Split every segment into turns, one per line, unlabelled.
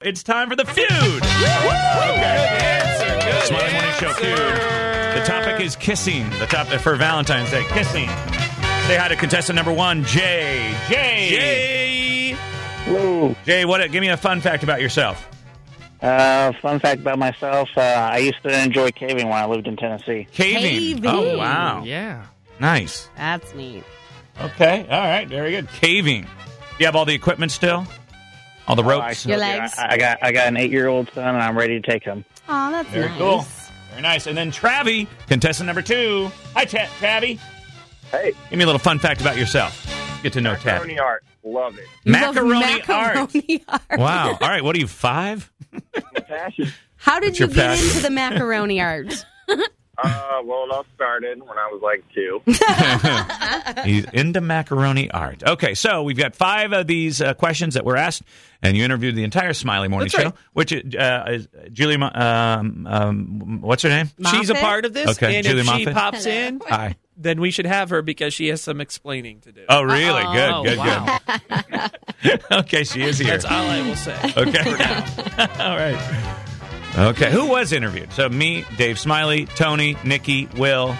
It's time for the feud. Smiley Morning Show feud. The topic is kissing. The topic for Valentine's Day, kissing. Say hi to contestant number one, Jay. Jay.
Jay.
Hello.
Jay, what? Give me a fun fact about yourself.
Uh, fun fact about myself: uh, I used to enjoy caving when I lived in Tennessee.
Caving.
Caving.
Oh wow.
Yeah.
Nice.
That's neat.
Okay. All right. Very good. Caving. Do you have all the equipment still? All the
I
ropes.
still do.
legs.
I, I got I got an eight year old son, and I'm ready to take him.
Oh, that's
Very
nice.
cool. Very nice. And then Travie, contestant number two. Hi, Tra- Travie.
Hey.
Give me a little fun fact about yourself. Get to know Travie.
Macaroni art. Love it.
You love
Macaroni art.
macaroni art.
Wow. All right. What are you, five?
Fashion.
How did
That's
you
your
get
passion.
into the macaroni art?
Uh, well, it all started when I was like two. Uh,
He's into macaroni art. Okay. So we've got five of these uh, questions that were asked, and you interviewed the entire Smiley Morning
That's
Show,
right.
which uh, is Julie, Mo- um, um, what's her name?
She's a
Moffitt?
part of this,
Okay,
and
Julie
if she
Moffitt?
pops in,
Hi.
then we should have her because she has some explaining to do.
Oh, really?
Uh-oh.
Good, good,
wow.
good. Okay. She is here.
That's all I will say.
Okay. All right. Okay. Who was interviewed? So me, Dave Smiley, Tony, Nikki, Will,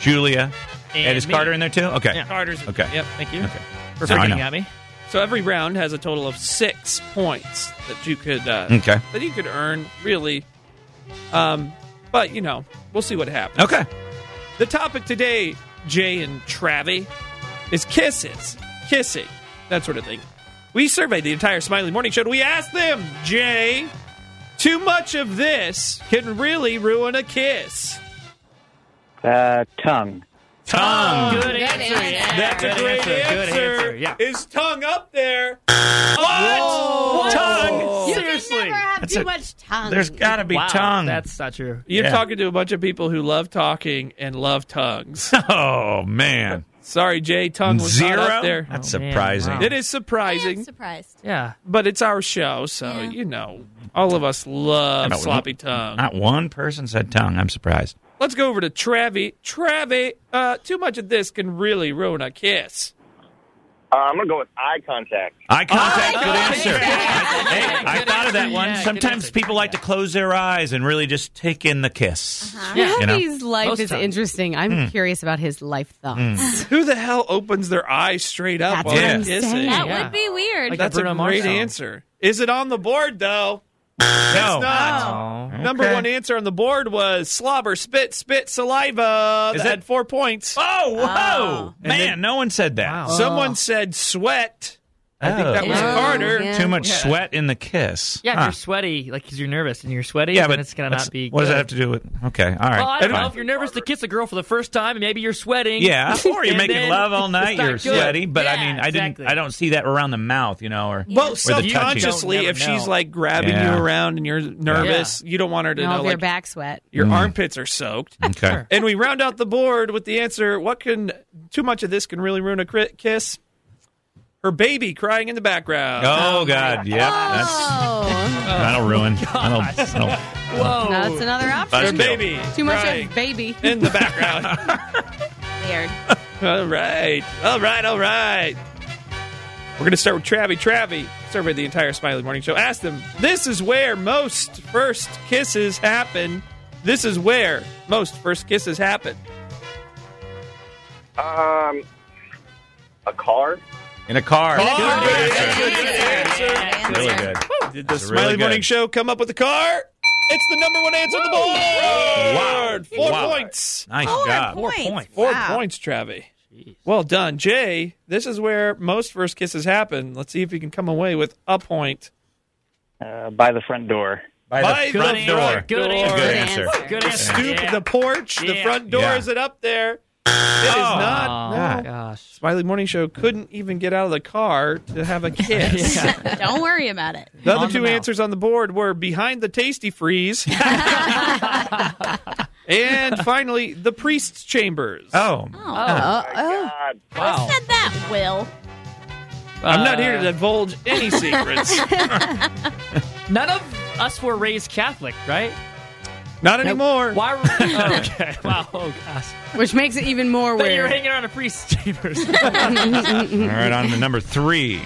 Julia. And,
And
is
me.
Carter in there too? Okay.
Carter's.
Okay.
Yep. Thank you
Okay.
for
Now I
forgetting
know.
at me. So every round has a total of six points that you could uh,
Okay.
that you could earn, really. Um, but you know, we'll see what happens.
Okay.
The topic today, Jay and Travie, is kisses, kissing, that sort of thing. We surveyed the entire Smiley Morning Show. We asked them, Jay, too much of this can really ruin a kiss.
Uh, tongue.
Tongue.
Good answer. That's a
Good
great
answer,
answer.
good answer, yeah.
Is tongue up there? what? Tongue?
You
Seriously.
can never have
That's
too
a-
much tongue.
There's got to be tongue.
That's not true.
You're
Yeah.
talking to a bunch of people who love talking and love tongues.
oh man,
Sorry, Jay, tongue was
zero.
not up there.
That's
Oh, man,
surprising.
wow.
It is surprising.
I'm surprised.
Yeah.
But it's our show, so
Yeah.
you know, all of us love
No,
sloppy tongue.
Not one person said tongue. I'm surprised.
Let's go over to Travie. Travie, uh, too much of this can really ruin a kiss.
Uh, I'm gonna go with eye contact.
Eye
Oh,
contact.
Eye
good
contact.
answer. I, hey, I thought of that one.
Yeah, Uh-huh. good
Sometimes
answer.
people like to close their eyes and really just take in the kiss.
Robbie's
You know? Hmm.
life
Most
is
tongue.
interesting. I'm curious about his life thoughts.
Who the hell opens their eyes straight up
That's
while
what
they're
I'm
kissing?
saying.
That
Yeah.
would be weird.
Like
That's
the
a
Bruno
great
Mars song.
answer. Is it on the board though?
No.
not.
Oh.
Number one answer on the board was slobber, spit, spit, saliva.
Is
that
it-
had four points.
Oh, whoa,
Oh.
man! no one said that.
Wow.
Someone said sweat.
I
think that was
Oh,
Carter.
yeah.
Too much
Yeah.
sweat in the kiss.
Yeah, if
Huh.
you're sweaty, like because you're nervous and you're sweaty,
yeah,
yeah,
but
it's gonna not
that's-
be.
What does that have
good.
to do with? Okay, all right.
Well, I don't know
fine.
if you're nervous to kiss a girl for the first time, and maybe you're sweating.
Yeah, or you're
And
making
then
love all
it's
night.
not
You're
good.
sweaty, but I
Yeah,
mean, I
exactly.
didn't. I don't see that around the mouth. You know, or
Well,
the touching.
subconsciously,
Don't
if
never
she's
know.
like grabbing
Yeah.
you around and you're nervous, you don't want her to
And all
know
of your
like
back sweat.
Mm.
your armpits are soaked.
okay.
and we round out the board with the answer: What can too much of this can really ruin a cri- kiss? Her baby crying in the background.
Oh God, yeah, that's
Oh,
that'll ruin. That'll, that'll-
Whoa.
that's another
Oh. That's
Her
good.
option.
baby
Too much
crying
of baby.
in the background.
Weird.
All right. All right. All right. We're going to start with Travie. Travie surveyed the entire Smiley Morning Show. Asked them, this is where most first kisses happen. This is where most first kisses happen.
Um, a car.
in a car.
Yeah.
Really good.
Did the
That's
Smiley
really good.
Morning Show come up with a car? It's the number one answer on the board.
Wow.
Four
Wow.
points.
Nice
Four
job.
points.
Four
Wow.
points, Travie. Well done, Jay. This is where most first kisses happen. Let's see if you can come away with a point.
Uh, by the front door.
By the
By the
front
front
door.
door.
Good answer.
Good
Good
answer.
answer.
Good answer.
stoop,
Yeah.
the porch, the
Yeah.
front door.
Yeah.
Is it up there? It is
Oh,
not.
my gosh.
Smiley Morning Show couldn't even get out of the car to have a kiss.
Don't worry about it.
The other
On the
two
mouth.
answers on the board were behind the tasty freeze, and finally the priest's chambers.
Oh,
Oh,
Uh, oh.
God.
who said that, Will?
I'm not
Uh,
here to divulge any secrets.
None of us were raised Catholic, right?
not anymore.
Why? Were, oh, okay. Wow. Oh gosh.
Which makes it even more
But you're
weird.
hanging around a priest's chambers.
all right. On to number three.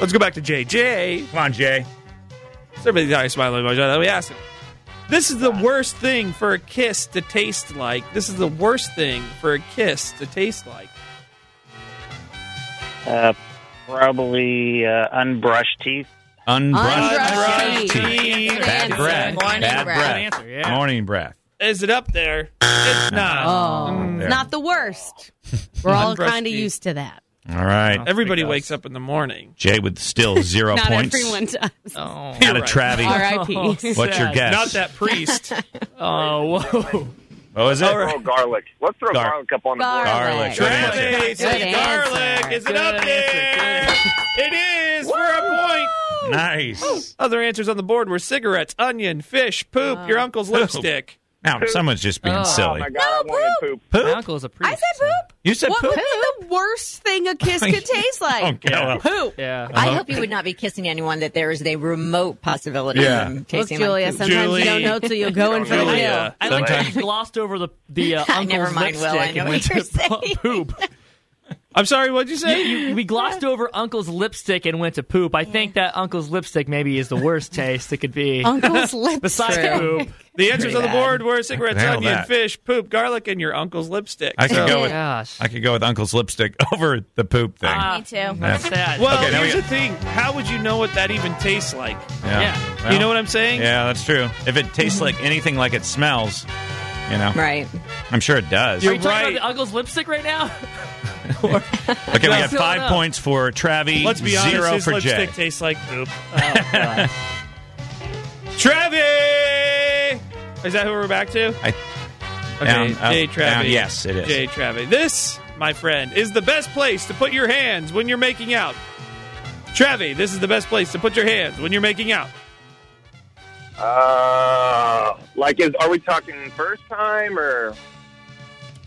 Let's go back to JJ.
Come on, Jay.
Survey the entire smiley emoji that we asked him. This is the worst thing for a kiss to taste like. This is the worst thing for a kiss to taste like.
Uh, probably uh, unbrushed teeth.
Unbrushed,
Unbrushed
teeth. Bad
Answer.
breath.
Morning
Bad
breath.
breath.
Answer, yeah.
Morning breath.
Is it up there? It's not.
Oh,
There.
not the worst. We're all
Unbrushed
kind of
teeth.
used to that.
All right.
Everybody wakes up in the morning.
Jay with still zero
Not
Oh, points.
everyone does.
Oh.
Out of
Right.
Travi.
R.I.P.
What's your
Sad.
guess?
Not that priest.
Oh, whoa.
What was Oh, it?
Throw garlic. Let's throw
Gar-
garlic up on the
Gar-
board.
Garlic. Good answer.
Travis,
Good
it's
answer.
garlic. Is it
Good
up
answer,
there? It is for a point.
Nice.
Other answers on the board were cigarettes, onion, fish, poop,
Oh.
your uncle's lipstick.
Now someone's just being
Oh.
Oh
silly.
my god, I wanted poop.
My
Poop?
uncle is
I
a priest.
said poop.
You said
What
poop?
would be the worst thing a kiss could taste like?
Okay, well,
Poop.
Yeah.
I
Uh-huh.
hope you would not be kissing anyone that there is a remote possibility
Yeah.
of them
Look,
tasting
Julia,
like poop.
sometimes you don't
Julie.
know till you go in for the
Julia.
kill.
I like how
Sometimes-
you glossed over the the uh, uncle's
never mind, Will,
lipstick
I know
and
what
went
you're
to po-
saying.
poop.
I'm sorry, what'd you say?
You- we glossed over uncle's lipstick and went to poop. I think that uncle's lipstick maybe is the worst taste it could be.
Uncle's lips.
Besides poop,
the answers on the
bad.
board were cigarettes,
Nailed
onion,
that.
fish, poop, garlic, and your uncle's lipstick.
I could
So-
go with
gosh,
I could go with Uncle's lipstick over the poop thing.
Ah,
Me too.
Yeah.
sad.
Well,
Okay, now we
here's
got-
the thing. How would you know what that even tastes like?
yeah.
Well,
you know what I'm saying?
Yeah, that's true. If it tastes like anything like it smells, you know,
Right.
I'm sure it does.
Are
You're-
you talking
right.
about the uncle's lipstick right now?
okay, we have
Fill it
five
up.
points for Travi,
Let's be honest,
zero
his
for Jay.
lipstick tastes like poop.
Oh,
God.
Travi! Is that who we're back to?
I-
okay,
Down, up,
Jay Travi.
down. Yes, it is.
Jay Travi. This, my friend, is the best place to put your hands when you're making out. Travi, this is the best place to put your hands when you're making out.
Uh, like, is are we talking first time or?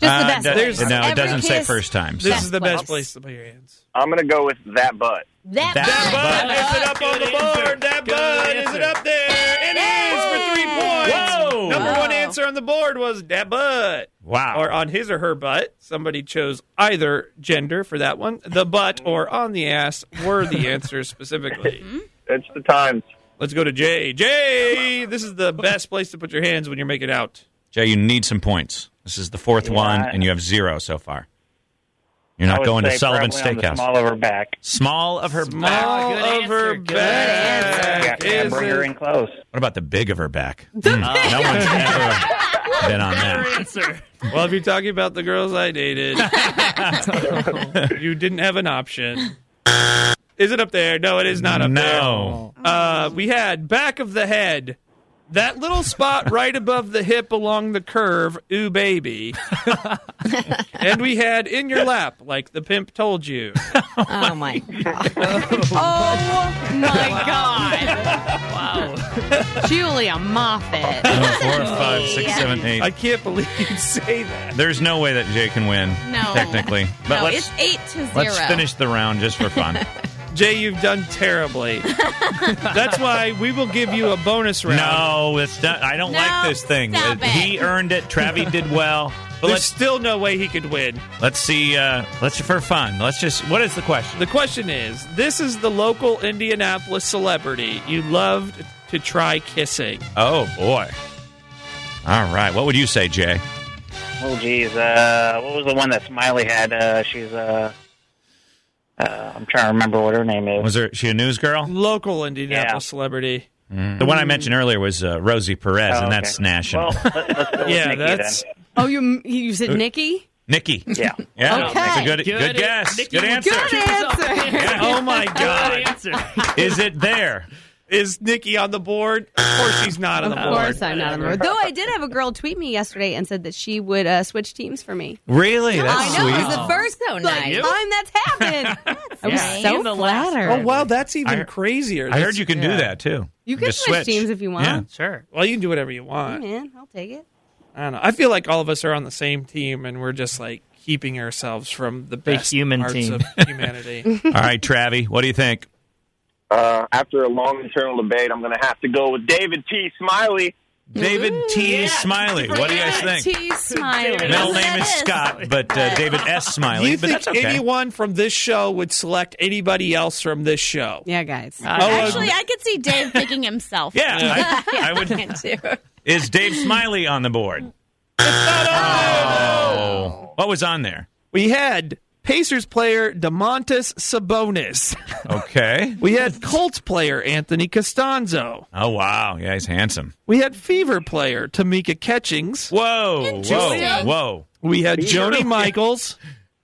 Just the
Uh,
best.
no,
place.
no,
Every
it doesn't say
kiss-
first time.
This
so.
is the best
place.
place to put your hands.
I'm gonna go with that butt.
That,
That
butt.
butt.
Bud, is it up on the board? That bud, is it up there? It is for three points.
Whoa.
Number one
Wow.
answer on the board was that butt.
wow.
or uh, on his or her butt. Somebody chose either gender for that one. The butt or on the ass were the answers specifically.
It's the times.
Let's go to Jay. Jay, this is the best place to put your hands when you're making out.
Jay, you need some points. This is the fourth one,
I-
and you have zero so far. You're
I
not
would
going to
say
Sullivan
probably on the
Steakhouse.
Small over back.
Small of her
Small
back.
Ah,
good answer,
of her
good
back.
Yeah, yeah,
is
bring her
it-
in close.
What about the big of her back? Mm, no one's ever been on that.
answer.
Well, if you're talking about the girls I dated, you didn't have an option. Is it up there? No, it is not up there.
No.
Uh, we had back of the head, that little spot right above the hip along the curve, ooh baby. and we had in your lap, like the pimp told you.
Oh my.
Oh my God.
Wow.
Julia Moffat.
Oh, four, five, six, seven, eight.
I can't believe you say that.
There's no way that Jay can win.
No.
Technically. But
no,
let's
it's eight to 0
let's finish the round just for fun.
Jay, you've done terribly. That's why we will give you a bonus round.
no, it's not, I don't
No,
like this thing.
stop
Uh, He
it.
earned it. Travi did well. But
There's
let's
still no way he could win.
let's see uh let's for fun. Let's just what is the question?
The question is this is the local Indianapolis celebrity you loved to try kissing.
Oh boy. All right. What would you say, Jay?
Oh, geez. Uh, what was the one that Smiley had? Uh, she's, uh, uh, I'm trying to remember what her name is.
Was there she a news girl?
Local Indianapolis celebrity.
The one I mentioned earlier was uh, Rosie Perez,
Oh,
and
okay.
that's national.
Well, let, us go with
Yeah,
Nikki
that's.
Oh, you you
Uh,
said Nikki?
Nikki.
then. Yeah.
Yeah,
Okay.
that's a good,
Good
good,
an-
guess.
Nikki
good
was
answer.
Good answer.
Oh my
Good
God.
answer.
Is it there?
Is Nikki on the board? Of course she's not on
uh,
the
Of
board.
course, I'm not on the road. Though I did have a girl tweet me yesterday and said that she would uh, switch teams for me.
Really? That's
I know. It
sweet.
was the first
So
like,
nice.
time that's happened. I was
Yeah.
so
And the last
flattered.
Oh, wow. That's even
I-
crazier.
I
That's-
heard you can do that too.
You can
Just
switch teams if you want.
Yeah.
Sure.
Well, you can do whatever you want.
Man, I'll take it.
I don't know. I feel like all of us are on the same team and we're just like keeping ourselves from the best
human
parts
team.
of humanity.
All right, Travi, what do you think?
Uh, after a long internal debate, I'm gonna have to go with David T. Smiley.
David T. Smiley. What do you guys think?
T. Smiley.
Middle
Yes,
name
it
is
is.
Scott, but uh, David S.
Do
Smiley.
you
but
think
that's okay.
anyone from this show would select anybody else from this show?
Yeah, guys.
Oh, uh,
Actually, I could see Dave picking himself.
Yeah, I, I would.
Can't do.
Is Dave Smiley on the board? Oh, what was on there?
We had Pacers player DeMontis Sabonis.
Okay.
We had Colts player Anthony Costanzo.
Oh wow, yeah, he's handsome.
We had Fever player Tamika Catchings.
Whoa, whoa,
Interesting.
whoa.
We had Joni Michaels.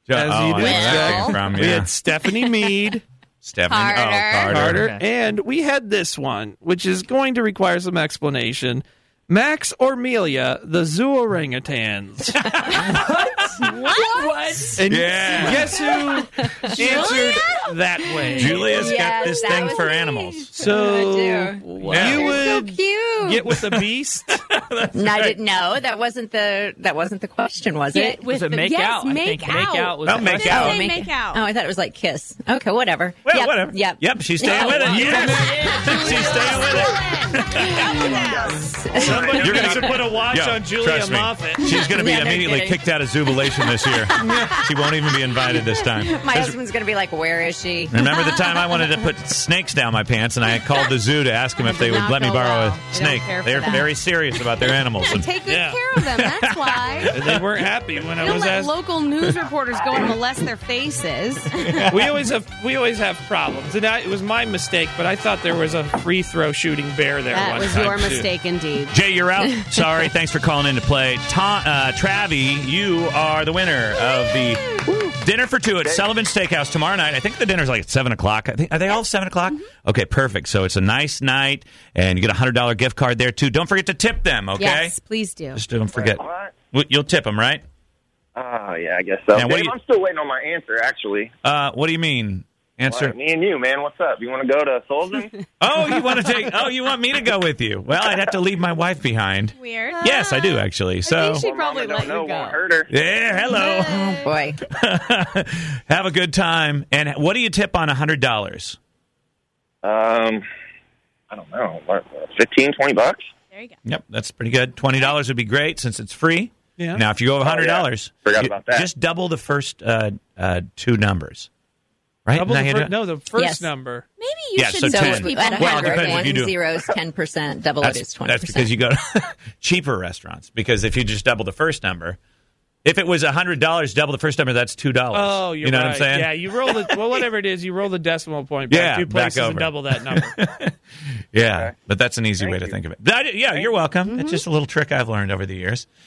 Jo-
As
oh, I
you
know
do.
where that came from.
We
Yeah.
had Stephanie Mead.
Stephanie.
Carter.
Oh, Carter.
Carter.
Okay.
And we had this one, which is going to require some explanation. Max Ormelia, the zoo orangutans.
What?
And
Yeah.
guess who answered that way?
Julia's got
Yes,
this
that
thing
was
for
me.
animals.
Oh,
So
I do.
Yeah.
you
So
would
cute.
get with the beast.
No, I didn't know. That wasn't the that wasn't the question, was
Get
it?
with
Was it
the-
make
yes,
out? I
Make
think
out.
make out was
Well,
the
make
question.
out.
They say make out.
Oh, I thought it was like kiss. Okay, whatever.
Well,
yep,
whatever.
Yep.
Yep, she's staying with it. Yes. she's staying with it.
Somebody
You're
needs
gonna-
to put a watch
Yo,
on Julia
trust me.
Moffat.
She's going to be
Yeah, no
immediately
kidding.
kicked out of Jubilation this year. she won't even be invited this time.
My husband's gonna be like, "Where is she?"
Remember the time I wanted to put snakes down my pants, and I called the zoo to ask them if they would
not
let me
go
borrow
well. They
a
don't
snake.
care for
They're
that.
very serious about their animals.
I'm
And
taking
Yeah.
care of them. That's why.
They weren't happy when I
Don't
was
let
asked.
local news reporters go and molest their faces.
We always have we always have problems, and I, it was my mistake. But I thought there was a free throw shooting bear there.
That
one
was
time,
your
too.
mistake, indeed.
Jay, you're out. Sorry. Thanks for calling in to play. Ta- uh, Travi, you are the winner of the dinner for two at Sullivan's Steakhouse tomorrow night. I think the dinner's like at seven o'clock. I think are they all seven o'clock?
Mm-hmm.
Okay, perfect. So it's a nice night, and you get a hundred dollar gift card there too. Don't forget to tip them. Okay.
Yes, please do.
Just don't forget.
What?
Well, You'll tip them, right?
Oh, yeah, I guess so.
Now, what
Dave,
do you-
I'm still waiting on my answer, actually.
Uh, what do you mean? Answer.
All right, me and you, man. What's up? You want to go to Solzen?
Oh, you want to take? Oh, you want me to go with you? Well, I'd have to leave my wife behind.
Weird.
Yes, I do actually.
I
So.
think she probably
Mama
let
don't know.
you
Won't
go.
hurt her.
Yeah, hello.
Oh boy.
Have a good time. And what do you tip on a hundred dollars?
Um, I don't know. What, fifteen, twenty bucks?
There you go.
Yep, that's pretty good. Twenty dollars would be great since it's free.
Yeah.
Now, if you go hundred
yeah.
dollars,
Forgot about that.
Just double the first uh, uh, two numbers, right?
Double
Now
the
you
fir-
do-
no, the first
Yes.
number.
Maybe you
Yeah,
should
so
so
So
ten.
at
teach
Ten.
people
Well,
a
it
how to
depends
hundred,
if
one
you do.
zero's ten percent, double it is
that's,
twenty
that's because
percent.
you go to cheaper restaurants. Because if you just double the first number, if it was hundred dollars, double the first number, that's two dollars.
Oh, you're
you know
right.
what I'm saying?
Yeah, you roll the well, whatever it is, you roll the decimal point back
Yeah,
two places
back over.
and double that number.
Yeah, but that's an easy way to
you.
Mm-hmm.
think of it. But I- yeah, you're welcome. It's just a little trick I've learned over the years.